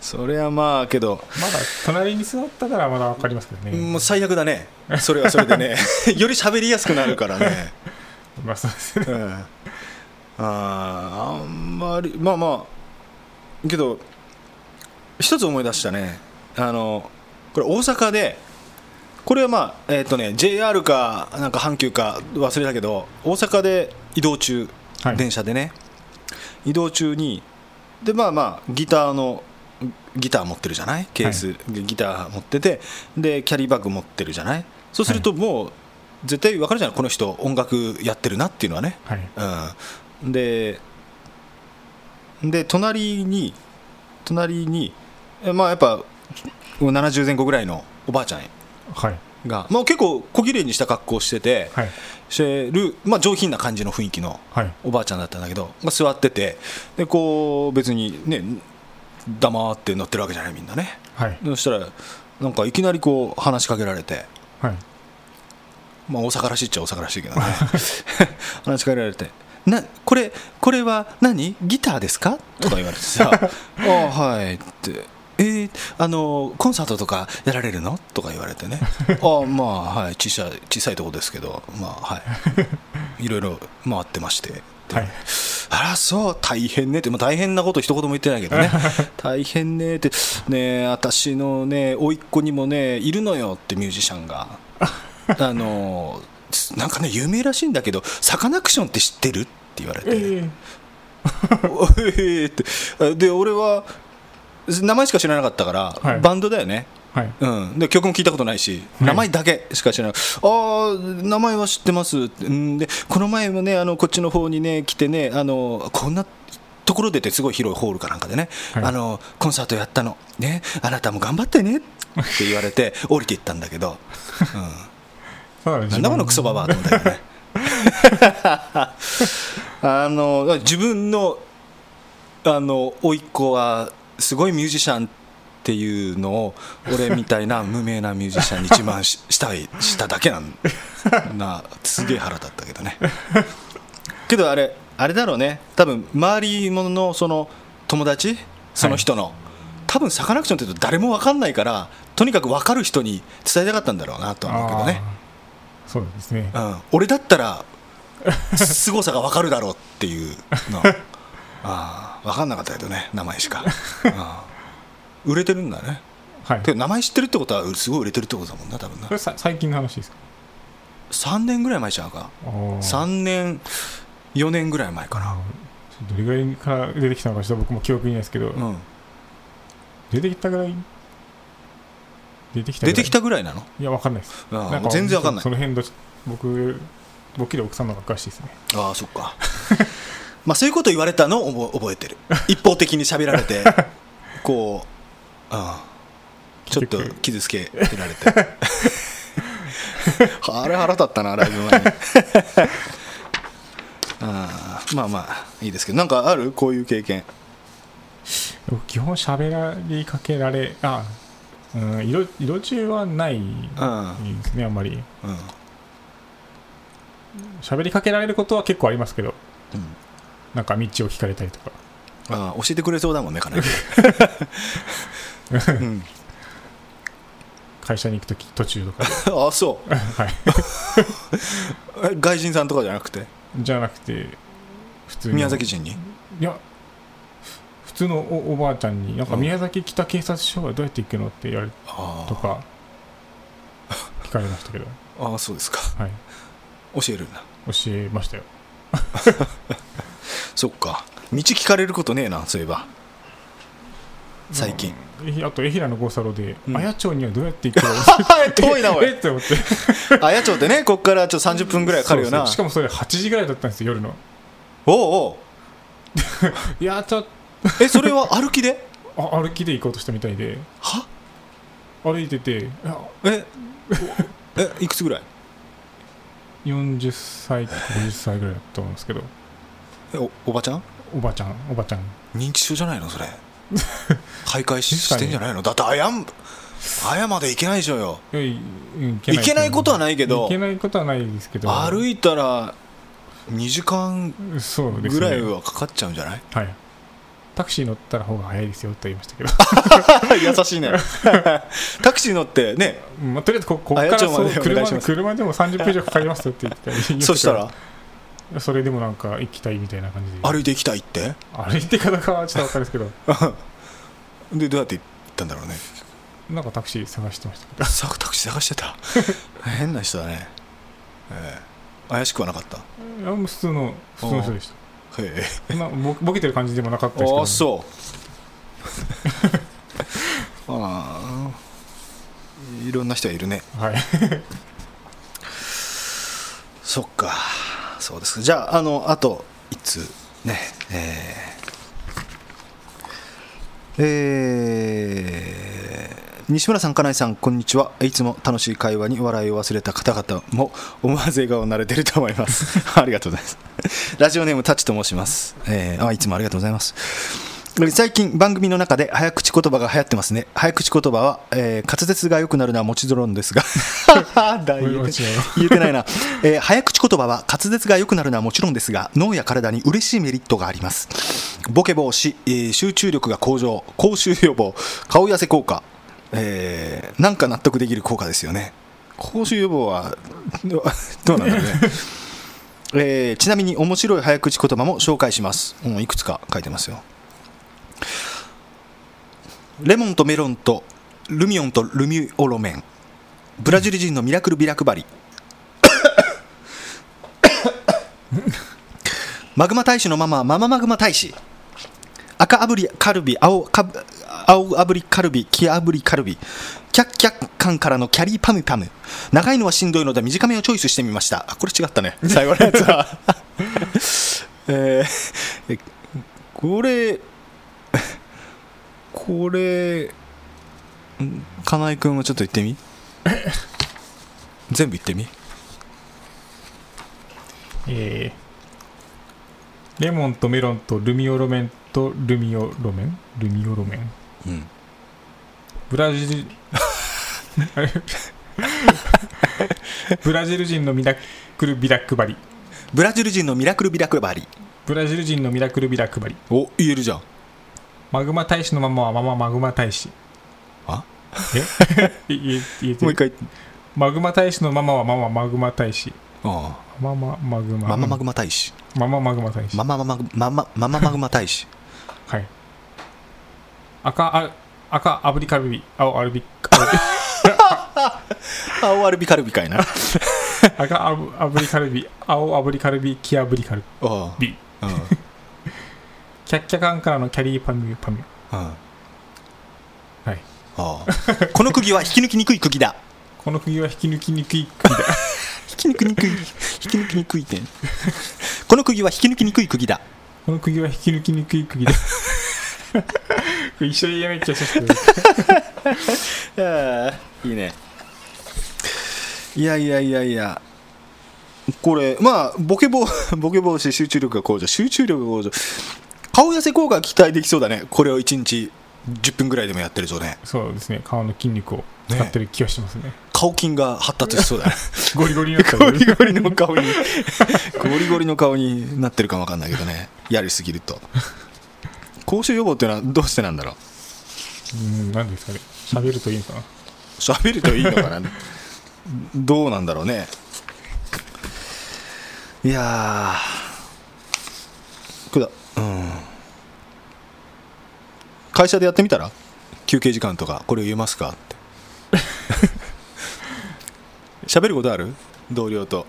S2: それはまあけど
S3: まだ隣に座ったからまだ分かりますけどね、
S2: もう最悪だねそれはそれで
S3: <laughs>
S2: ねより喋りやすくなるからね
S3: まあそうですね
S2: うんあーあんまりまあまあけど一つ思い出したねあのこれ大阪でこれはまあえっ、とね JR かなんか阪急か忘れたけど大阪で移動中、
S3: はい
S2: 電車でね移動中にでまあまあギターのギター持ってるじゃないケース、ギター持っててでキャリーバッグ持ってるじゃないそうするともう絶対分かるじゃないこの人音楽やってるなっていうのはね
S3: はい
S2: うん、でで隣に隣にえまあやっぱ70前後ぐらいのおばあちゃん
S3: はい
S2: が、まあ、結構小綺麗にした格好をしてて、
S3: はい
S2: してる、まあ、上品な感じの雰囲気の
S3: はい
S2: おばあちゃんだったんだけど、まあ、座っててでこう別にね黙って乗ってるわけじゃないみんなね
S3: はい
S2: そしたらなんかいきなりこう話しかけられて
S3: はい
S2: まあ、大阪らしいっちゃ大阪らしいけどね <laughs> 話しかけられて「なこれこれは何ギターですか?」とか言われてさ「ああはい」って「えーあのコンサートとかやられるの?」とか言われてね「ああまあはい小さい小さいとこですけどまあはいいろいろ回ってまして」
S3: はい
S2: あら、そう、大変ねって、まあ、大変なこと一言も言ってないけど
S3: <laughs>
S2: ね、大変ねって、ねえ私のね、甥っ子にもね、いるのよってミュージシャン
S3: <laughs>
S2: が、あの、なんかね、有名らしいんだけど、サカナクションって知ってるって言われて、
S3: え
S2: <laughs> おえーってあで、俺は、名前しか知らなかったから、
S3: はい
S2: バンドだよね。
S3: ーはい
S2: うん、で曲も聞いたことないし、
S3: はい
S2: 名前だけしか知らない、ああ、名前は知ってます、うん、でこの前もね、あのこっちの方にね、来てね、あのこんなところでって、すごい広いホールかなんかでね、
S3: はい
S2: あのコンサートやったの、ね、あなたも頑張ってねって言われて、 <laughs> 降りていったんだけど、
S3: そうだね
S2: なんだこのクソババアと思ったけどね。 <laughs> あの自分のあの甥っ子はすごいミュージシャンっていうのを俺みたいな無名なミュージシャンに自慢ししたいしただけなんなすげえ腹立ったけどねけどあれああれだろうね多分周りものその友達その人の、多分サカナクションって言うと誰も分かんないからとにかく分かる人に伝えたかったんだろうなとは思うけどね、
S3: あーそうですね
S2: うん、俺だったら凄さが分かるだろうっていうのあー分かんなかったけどね名前しか、うん売れてるんだね
S3: はい
S2: てか名前知ってるってことはすごい売れてるってことだもんな多分な
S3: これさ最近の話ですか
S2: 3年ぐらい前ちゃうか
S3: あー
S2: 3年4年ぐらい前かな
S3: ちょっとどれぐらいから出てきたのかちょっと僕も記憶にないですけど、
S2: うん、
S3: 出てきたぐらい出てきた
S2: 出
S3: ぐらい
S2: てきたぐらいなの
S3: いやわかんないです
S2: あーもう全然わかんない
S3: その辺どっち僕僕より奥さんの方が詳しいですね
S2: ああそっかまあそういうこと言われたのを覚覚えてる一方的に喋られ
S3: <laughs>
S2: てこうああちょっと
S3: 結局
S2: 傷つけられて
S3: <laughs>
S2: あれ腹立ったなライブ
S3: <laughs>
S2: 前にああまあまあいいですけどなんかあるこういう経験
S3: 僕基本喋らりかけられあうん色色中はない
S2: うん
S3: ですねあんまり
S2: うん
S3: 喋りかけられることは結構ありますけど
S2: うん
S3: なんか道を聞かれたりとか
S2: ああ教えてくれそうだもんねかな
S3: <laughs>
S2: り、うん、
S3: 会社に行くとき途中とか <laughs>
S2: ああそう
S3: はい
S2: え外人さんとかじゃなくて
S3: じゃなくて普通の
S2: 宮崎人に
S3: いや普通のおおばあちゃんになんか
S2: うん
S3: 宮崎北警察署はどうやって行くのって言われて
S2: あ
S3: とか聞かれましたけど、
S2: あああそうですか
S3: はい、
S2: 教えるんだ
S3: 教えましたよ
S2: そっか道聞かれることねえなそういえば最近、
S3: うんえひあと海老名の五三郎で、
S2: うん
S3: 綾町にはどうやって行くの
S2: <laughs>
S3: <laughs>
S2: 遠いなおい <laughs>
S3: えっって思って
S2: 綾町ってねこっからちょっと30分ぐらいかかるよ
S3: そう
S2: な
S3: そうしかもそれ8時ぐらいだったんですよ夜の
S2: おうおう
S3: いやちょっ
S2: えそれは歩きで
S3: とあ歩きで行こうとしたみたいで
S2: は
S3: 歩いてていや
S2: ええいくつぐらい
S3: 40歳か50歳ぐらいだったと思うんですけど
S2: えおおばちゃん
S3: おばちゃんおばちゃん
S2: 認知症じゃないのそ
S3: <laughs>
S2: れ徘徊ししてんじゃないのだって綾ん綾まで行けないでしょよ
S3: いやいうん行
S2: 行けないことはないけど
S3: 行けないことはないですけど
S2: 歩
S3: い
S2: いたら2時間
S3: そうですね
S2: ぐらいはかかっちゃうんじ
S3: <laughs>
S2: ゃない
S3: はいタクシー乗ったら方が早いですよと言いましたけど、
S2: 優しいね <laughs> タクシー乗ってね
S3: <laughs> まあ、とりあえずこここっか
S2: あ
S3: ら
S2: 八丁ま
S3: そう
S2: でお願い
S3: 車
S2: し
S3: で
S2: ます
S3: 車でも30分以上かかりますよって言って言いまけど
S2: そしたら
S3: それでもなんか行きたいみたいな感じで
S2: 歩いて行きたいって
S3: 歩いてかどうかはちょっと分かるんないで
S2: <laughs>
S3: す
S2: でどうやって行ったんだろう <laughs> ね
S3: けどなんかタクシー探してましたけど
S2: さタクシー探してた <laughs> 変な人だね、ええ怪しくはなかったへ
S3: いやもう普通の普通の人でし
S2: <laughs> え
S3: たまあボボケてる感じでもなかったですけ
S2: あ
S3: ど
S2: あそう <laughs> ああいろんな人がいるね
S3: はい、
S2: そっかそうですかじゃああのあと一通ねえーえー西村さん、金井さん、こんにちは。いつも楽しい会話に笑いを忘れた方々も思わず笑顔になれてると思います。 <laughs> ありがとうございます。ラジオネーム、タチと申します。えーあいつもありがとうございます。最近番組の中で早口言葉が流行ってますね早口言葉は、えー滑舌が良くなるのはもちろんですがだいぶ言えて <laughs> 言えてないな、えー早口言葉は滑舌が良くなるのはもちろんですが脳や体に嬉しいメリットがありますボケ防止、えー集中力が向上口臭予防顔痩せ効果、えーなんか納得できる効果ですよね口臭予防は <laughs> どうなんだろうねえーちなみに面白い早口言葉も紹介します、うん、いくつか書いてますよレモンとメロンとルミオンとルミオロメンブラジル人のミラクルビラクバリマグマ大使のママはマママグマ大使赤炙りカルビ青かぶ青炙りカルビ黄炙りカルビキャッキャッカンからのキャリーパムパム長いのはしんどいので短めをチョイスしてみましたあこれ違ったね最後のやつは <laughs> えーえこれこれん金井君もちょっと言ってみ全部言ってみ
S3: えーレモンとメロンとルミオロメンとルミオロメンルミオロメン
S2: うん
S3: ブラジ
S2: <laughs>
S3: ルあれブラジル人のミラクルビラ配り
S2: ブラジル人のミラクルビラクバリ
S3: ブラジル人のミラクルビラ配り
S2: お言えるじゃん
S3: マグマ大使のままはままマグマ大使
S2: あ
S3: え <laughs> 言え言えて
S2: もう一
S3: る
S2: 回
S3: マグマ大使のままはままマグマ大使
S2: あ
S3: マママグ
S2: あ
S3: マ
S2: マママグマ大使
S3: マママグマ大使
S2: ママママグマママママグマ大使
S3: はい赤あ赤アブリカルビ青アルビカルビ
S2: 青アルビカルビかいなあ
S3: <laughs> 赤アブアブリカルビ青アブリカルビ黄アブリカル
S2: あ
S3: ビ
S2: うんうん
S3: キャッキャカンからのキャリーパミュパミュ
S2: はいああ <laughs> この釘は引き抜きにくい釘だ
S3: この釘は引き抜きにくい釘だ
S2: 引き抜きにくい引き抜きにくい点この釘は引き抜きにくい釘だ
S3: この釘は引き抜きにく
S2: <laughs>
S3: い釘だこれ一緒に言えなきゃちょっと
S2: いいねいやいやいやいやこれまあボケ防 <laughs> ボケ防止集中力が向上集中力が向上顔痩せ効果が期待できそうだねこれを1日10分ぐらいでもやってるとね
S3: そうですね顔の筋肉を使ってる気がしますね
S2: 顔筋が発達しそうだね
S3: ゴリゴリになったら
S2: <laughs> ゴリゴリの顔にゴリゴリの顔になってるかもわかんないけどねやりすぎると口臭予防っていうのはどうしてなんだろう
S3: うん何ですかね喋るといいのかな
S2: 喋るといいのかなどうなんだろうねいやーくだうん会社でやってみたら休憩時間とかこれを言えますかって <laughs> 喋ることある同僚と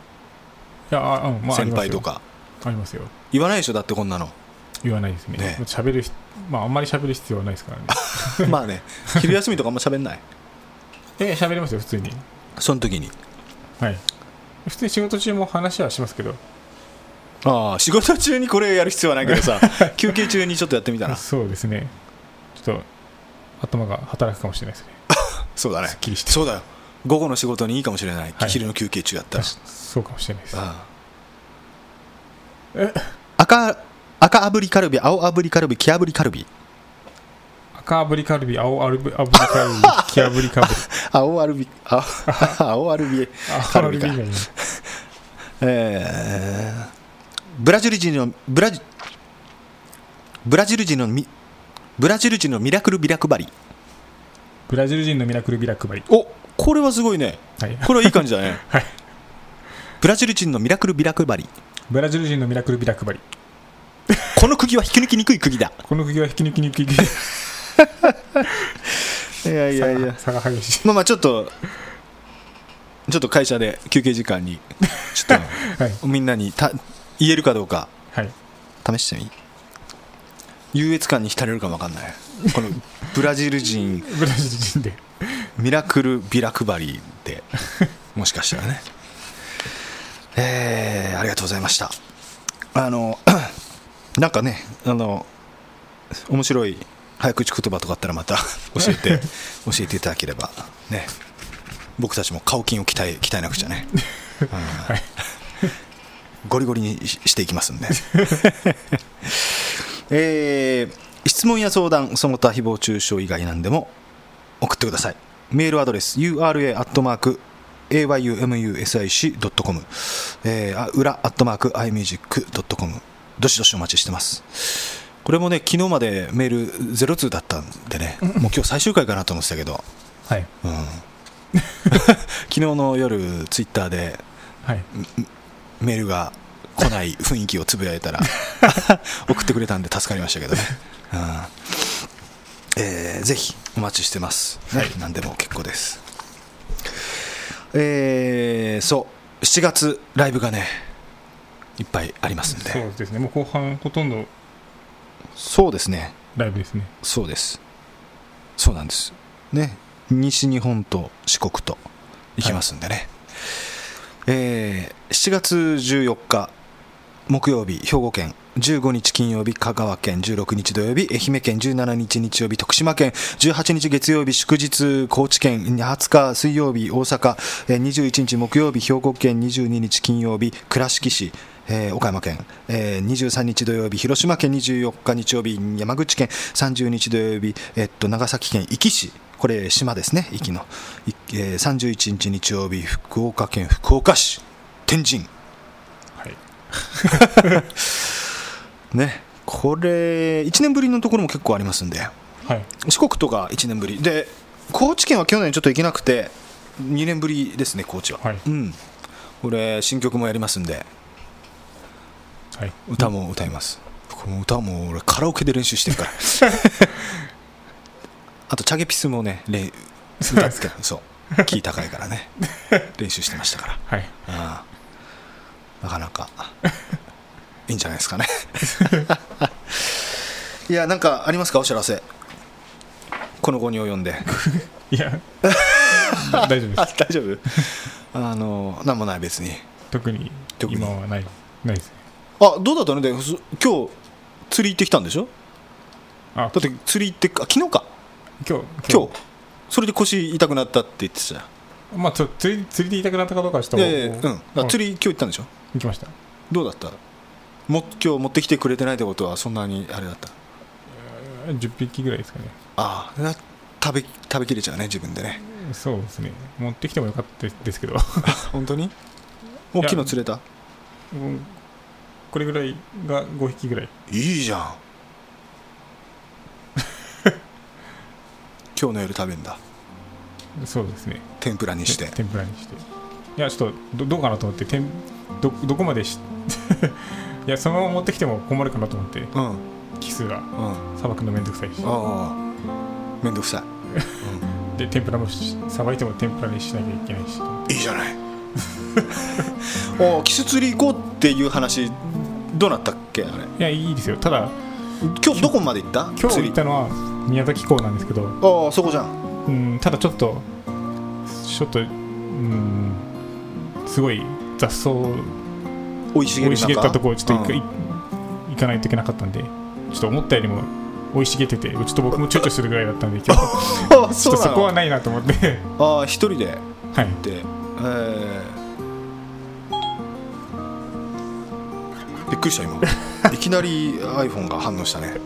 S3: いやあ、うん、まあ
S2: 先輩とか、
S3: ありますよありますよ
S2: 言わないでしょだってこんなの
S3: 言わないですね
S2: ね
S3: 喋るひまああんまり喋る必要はないですからね
S2: <laughs> まあね昼休みとかあんま喋んない
S3: え喋れますよ普通に
S2: その時に
S3: はい普通に仕事中も話はしますけど
S2: ああ仕事中にこれやる必要はないけど <laughs> さ休憩中にちょっとやってみたら
S3: そうですねちょっと頭が働くかもしれないですね
S2: そうだね
S3: すっきりして
S2: そうだよ午後の仕事にいいかもしれない、
S3: はい
S2: 昼の休憩中だったら、
S3: そうかもしれないです
S2: あ
S3: え
S2: あ赤赤炙りカルビ青炙りカルビ黄炙りカルビ
S3: 赤炙りカルビ青炙りカルビ黄炙りカ
S2: <laughs>
S3: ルビ
S2: 青アルビあ <laughs> 青アルビカルビか
S3: 青炙り以外に
S2: えーブラジル人のブラジブラジル人のミブラジル人のミラクルビラ配り
S3: ブラジル人のミラクルビラ配り
S2: おこれはすごいね
S3: はい
S2: これはいい感じだね
S3: <laughs> はい
S2: ブラジル人のミラクルビラ配り
S3: ブラジル人のミラクルビラ配り
S2: この釘は引き抜きにくい釘だ
S3: この釘は引き抜きにくい
S2: いやい
S3: 差が激しい
S2: まあまあちょっとちょっと会社で休憩時間にちょっ
S3: <laughs> はい
S2: とみんなにた言えるかどうか
S3: はい
S2: 試してみ優越感に浸れるかもわかんないこのブラジル人
S3: ブラジル人で
S2: ミラクルビラ配りでもしかしたらねえー、ありがとうございましたあの <clears throat> なんかねあの面白い早口言葉とかあったらまた <laughs> 教えて教えていただければね僕たちも顔筋を鍛え鍛えなくちゃね、うんゴリゴリにししていきますんでえー質問や相談その他誹謗中傷以外なんでも送ってくださいメールアドレス ura アットマーク ayumusic.com えーあ裏アットマーク imusic.com どしどしお待ちしてますこれもね昨日までメール02だったんでねもう今日最終回かなと思ってたけど、
S3: はい
S2: うん <laughs> 昨日の夜ツイッターで
S3: はい
S2: メールが来ない雰囲気をつぶやい
S3: <laughs>
S2: たら送ってくれたんで助かりましたけどね、うんえーぜひお待ちしてます、ね何でも結構ですえーそう7月ライブがねいっぱいありますんで
S3: そうですねもう後半ほとんど
S2: そうですね
S3: ライブですね
S2: そうですそうなんですね西日本と四国と行きますんでね、えー7月14日木曜日兵庫県15日金曜日香川県16日土曜日愛媛県17日日曜日徳島県18日月曜日祝日高知県20日水曜日大阪えー21日木曜日兵庫県22日金曜日倉敷市えー岡山県、えー、23日土曜日広島県24日日曜日山口県30日土曜日、えっと、長崎県壱岐市これ島ですね壱岐の、いえー、31日日曜日福岡県福岡市天神
S3: はい
S2: ねこれ1年ぶりのところも結構ありますんで
S3: はい
S2: 四国とか1年ぶりで高知県は去年ちょっと行けなくて2年ぶりですね高知は、
S3: はい
S2: うんこれ新曲もやりますんで
S3: はい
S2: 歌も歌います、この歌も俺カラオケで練習して <laughs> るからあとチャゲピスもねれ
S3: そうなんです
S2: 歌
S3: か
S2: って <laughs> そうキー高いからね練習してましたから
S3: はい
S2: ああなかなかいいんじゃないです <laughs> かねいやなんかありますかお知らせこの後に及んで
S3: いや大丈夫で
S2: <laughs>
S3: す
S2: あ大丈夫あのなんもない別に
S3: 特に
S2: 特に
S3: 今はないないですね
S2: あどうだったのでふす今日釣り行ってきたんでしょ
S3: あ
S2: だって釣り行ってあ昨日か
S3: 今日
S2: 今日それで腰痛くなったって言ってたじゃん
S3: まあちょ釣り釣りで痛くなったかどうかはちょっと
S2: いやいやいやうんだから
S3: はい
S2: 釣り今日行ったんでしょ
S3: 行きました
S2: どうだったも今日持ってきてくれてないってことはそんなにあれだった
S3: 10匹ぐらいですかね
S2: ああな食べ食べきれちゃうね自分でね
S3: そうですね持ってきてもよかったですけど、 <laughs>
S2: 本当に大きいの釣れた
S3: うんこれぐらいが5匹ぐらい
S2: いいじゃん <laughs> 今日の夜食べんだ
S3: そうですね
S2: 天ぷらにして
S3: て天ぷらにしていやちょっとどどうかなと思っててんどどこまでし <laughs> いやそのまま持ってきても困るかなと思って
S2: うんうん
S3: 奇数が
S2: あ
S3: さばくのめんどくさいし
S2: あ面倒くさ
S3: で天ぷらもしさばいても天ぷらにしなきゃいけないし
S2: いいいじゃない <laughs> おうキス釣り行こうっていう話どうなったっけあれ
S3: いやいいですよただ
S2: 今日どこまで行った
S3: 今日
S2: 釣
S3: 行っ
S2: り
S3: たのは宮崎港なんですけど
S2: ああそこじゃん
S3: うんただちょっとちょっとうんすごい雑草
S2: 生い茂
S3: 生
S2: る
S3: い
S2: 中
S3: 茂ったところちょっと行く
S2: うん
S3: い行かないといけなかったんでちょっと思ったよりも生い茂っててちょっと僕も躊躇するぐらいだったんで今日
S2: ああ <laughs>
S3: ちょ
S2: そ
S3: っ
S2: う
S3: とそ
S2: な
S3: こは
S2: の
S3: ないなと思って
S2: ああ一人で
S3: はい
S2: ってえーびっくりした今
S3: <laughs>
S2: いきなり iPhone が反応したね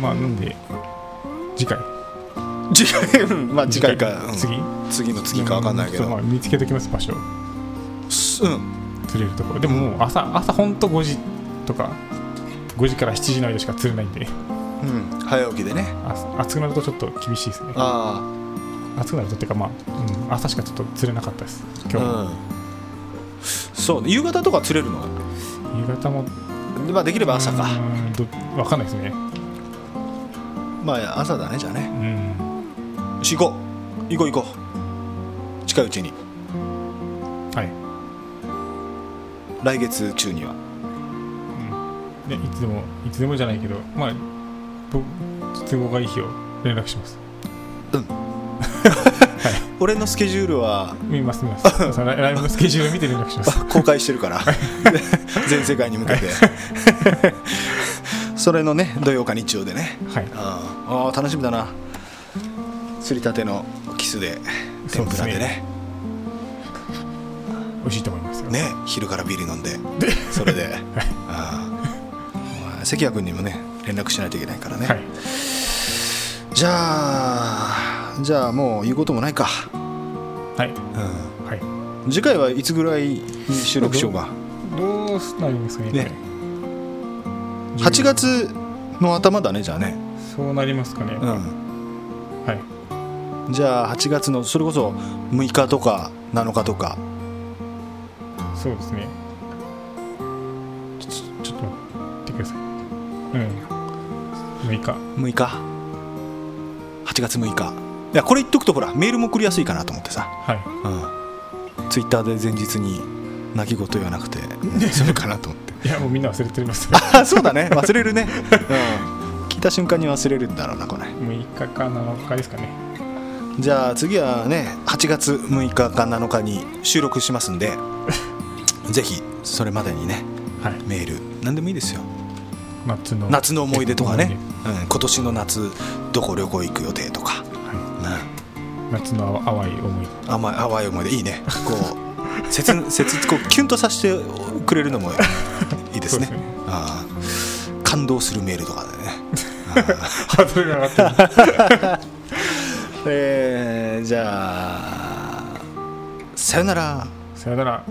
S3: まあなんで次回
S2: 次回うんまあ次回か、うん
S3: 次
S2: 次の次か分かんないけ
S3: ちょっ
S2: ど
S3: とまあ見つけときます場所
S2: すうん
S3: 釣れるところでももう朝朝ほんと5時とか5時から7時の間しか釣れないんで
S2: うん早起きでね
S3: あ暑くなるとちょっと厳しいですね
S2: あ
S3: 暑くなるとっていうかまあ、うん、朝しかちょっと釣れなかったです
S2: あう
S3: 今日、
S2: んそう夕方とか釣れるの
S3: 夕方も
S2: まあできれば朝
S3: う
S2: か
S3: ーんどわかんないですね
S2: まあ朝だねじゃあね
S3: うん
S2: よし行こう行こう行こう近いうちに
S3: はい
S2: 来月中には
S3: でいつでもいつでもじゃないけどまあ僕都合がいい日を連絡します
S2: 俺のスケジュールは
S3: 見ます見ます
S2: <laughs>
S3: そのライライブのスケジュール見て連絡します
S2: 公開してるから
S3: <laughs>
S2: 全世界に向けてそれのね土曜か日曜でね
S3: はい
S2: あーあー楽しみだな釣りたてのキスで
S3: そ
S2: 天
S3: うで
S2: ぷ
S3: す
S2: ら
S3: ね
S2: でね
S3: 美味しいと思いますよ、
S2: ね昼からビール飲んでそれで
S3: <laughs>
S2: あーお前関谷君にもね連絡しないといけないからね、
S3: はい
S2: じゃあじゃあもう言うこともないか、
S3: はい
S2: うん
S3: はい
S2: 次回はいつぐらいに収録しようか
S3: どうすなるんですかね
S2: ね
S3: これ
S2: 8月の頭だねじゃあね
S3: そうなりますかね、
S2: うん
S3: はい
S2: じゃあ8月のそれこそ6日とか7日とか
S3: そうですねちょちょちょっと待ってくださいうん6日
S2: 6日8月6日いやこれ言っとくとほらメールも送りやすいかなと思ってさ、
S3: は
S2: うん、ツイッターで前日に泣き言言わなくて <laughs> するかなと思って
S3: いいやもうみんな忘れてます <laughs>
S2: あそうだね忘れるね、 <laughs> うん、聞いた瞬間に忘れるんだろうなこれ
S3: 6日か7日ですかね
S2: じゃあ次はね8月6日か7日に収録しますん <laughs> でぜひそれまでにね
S3: はい
S2: メール何でもいいですよ
S3: 夏の
S2: 夏の思い出とかね、うん、今年の夏どこ旅行行く予定とか、
S3: は
S2: う
S3: い夏の淡い思い <laughs>
S2: ん、甘い淡い思い出いいねこう切切こうキュンとさせてくれるのもいい <laughs> ですね
S3: そうですね
S2: あー感動するメールとかでね、 <laughs>
S3: ハードルが上がってる
S2: えーじゃあさよなら
S3: さよなら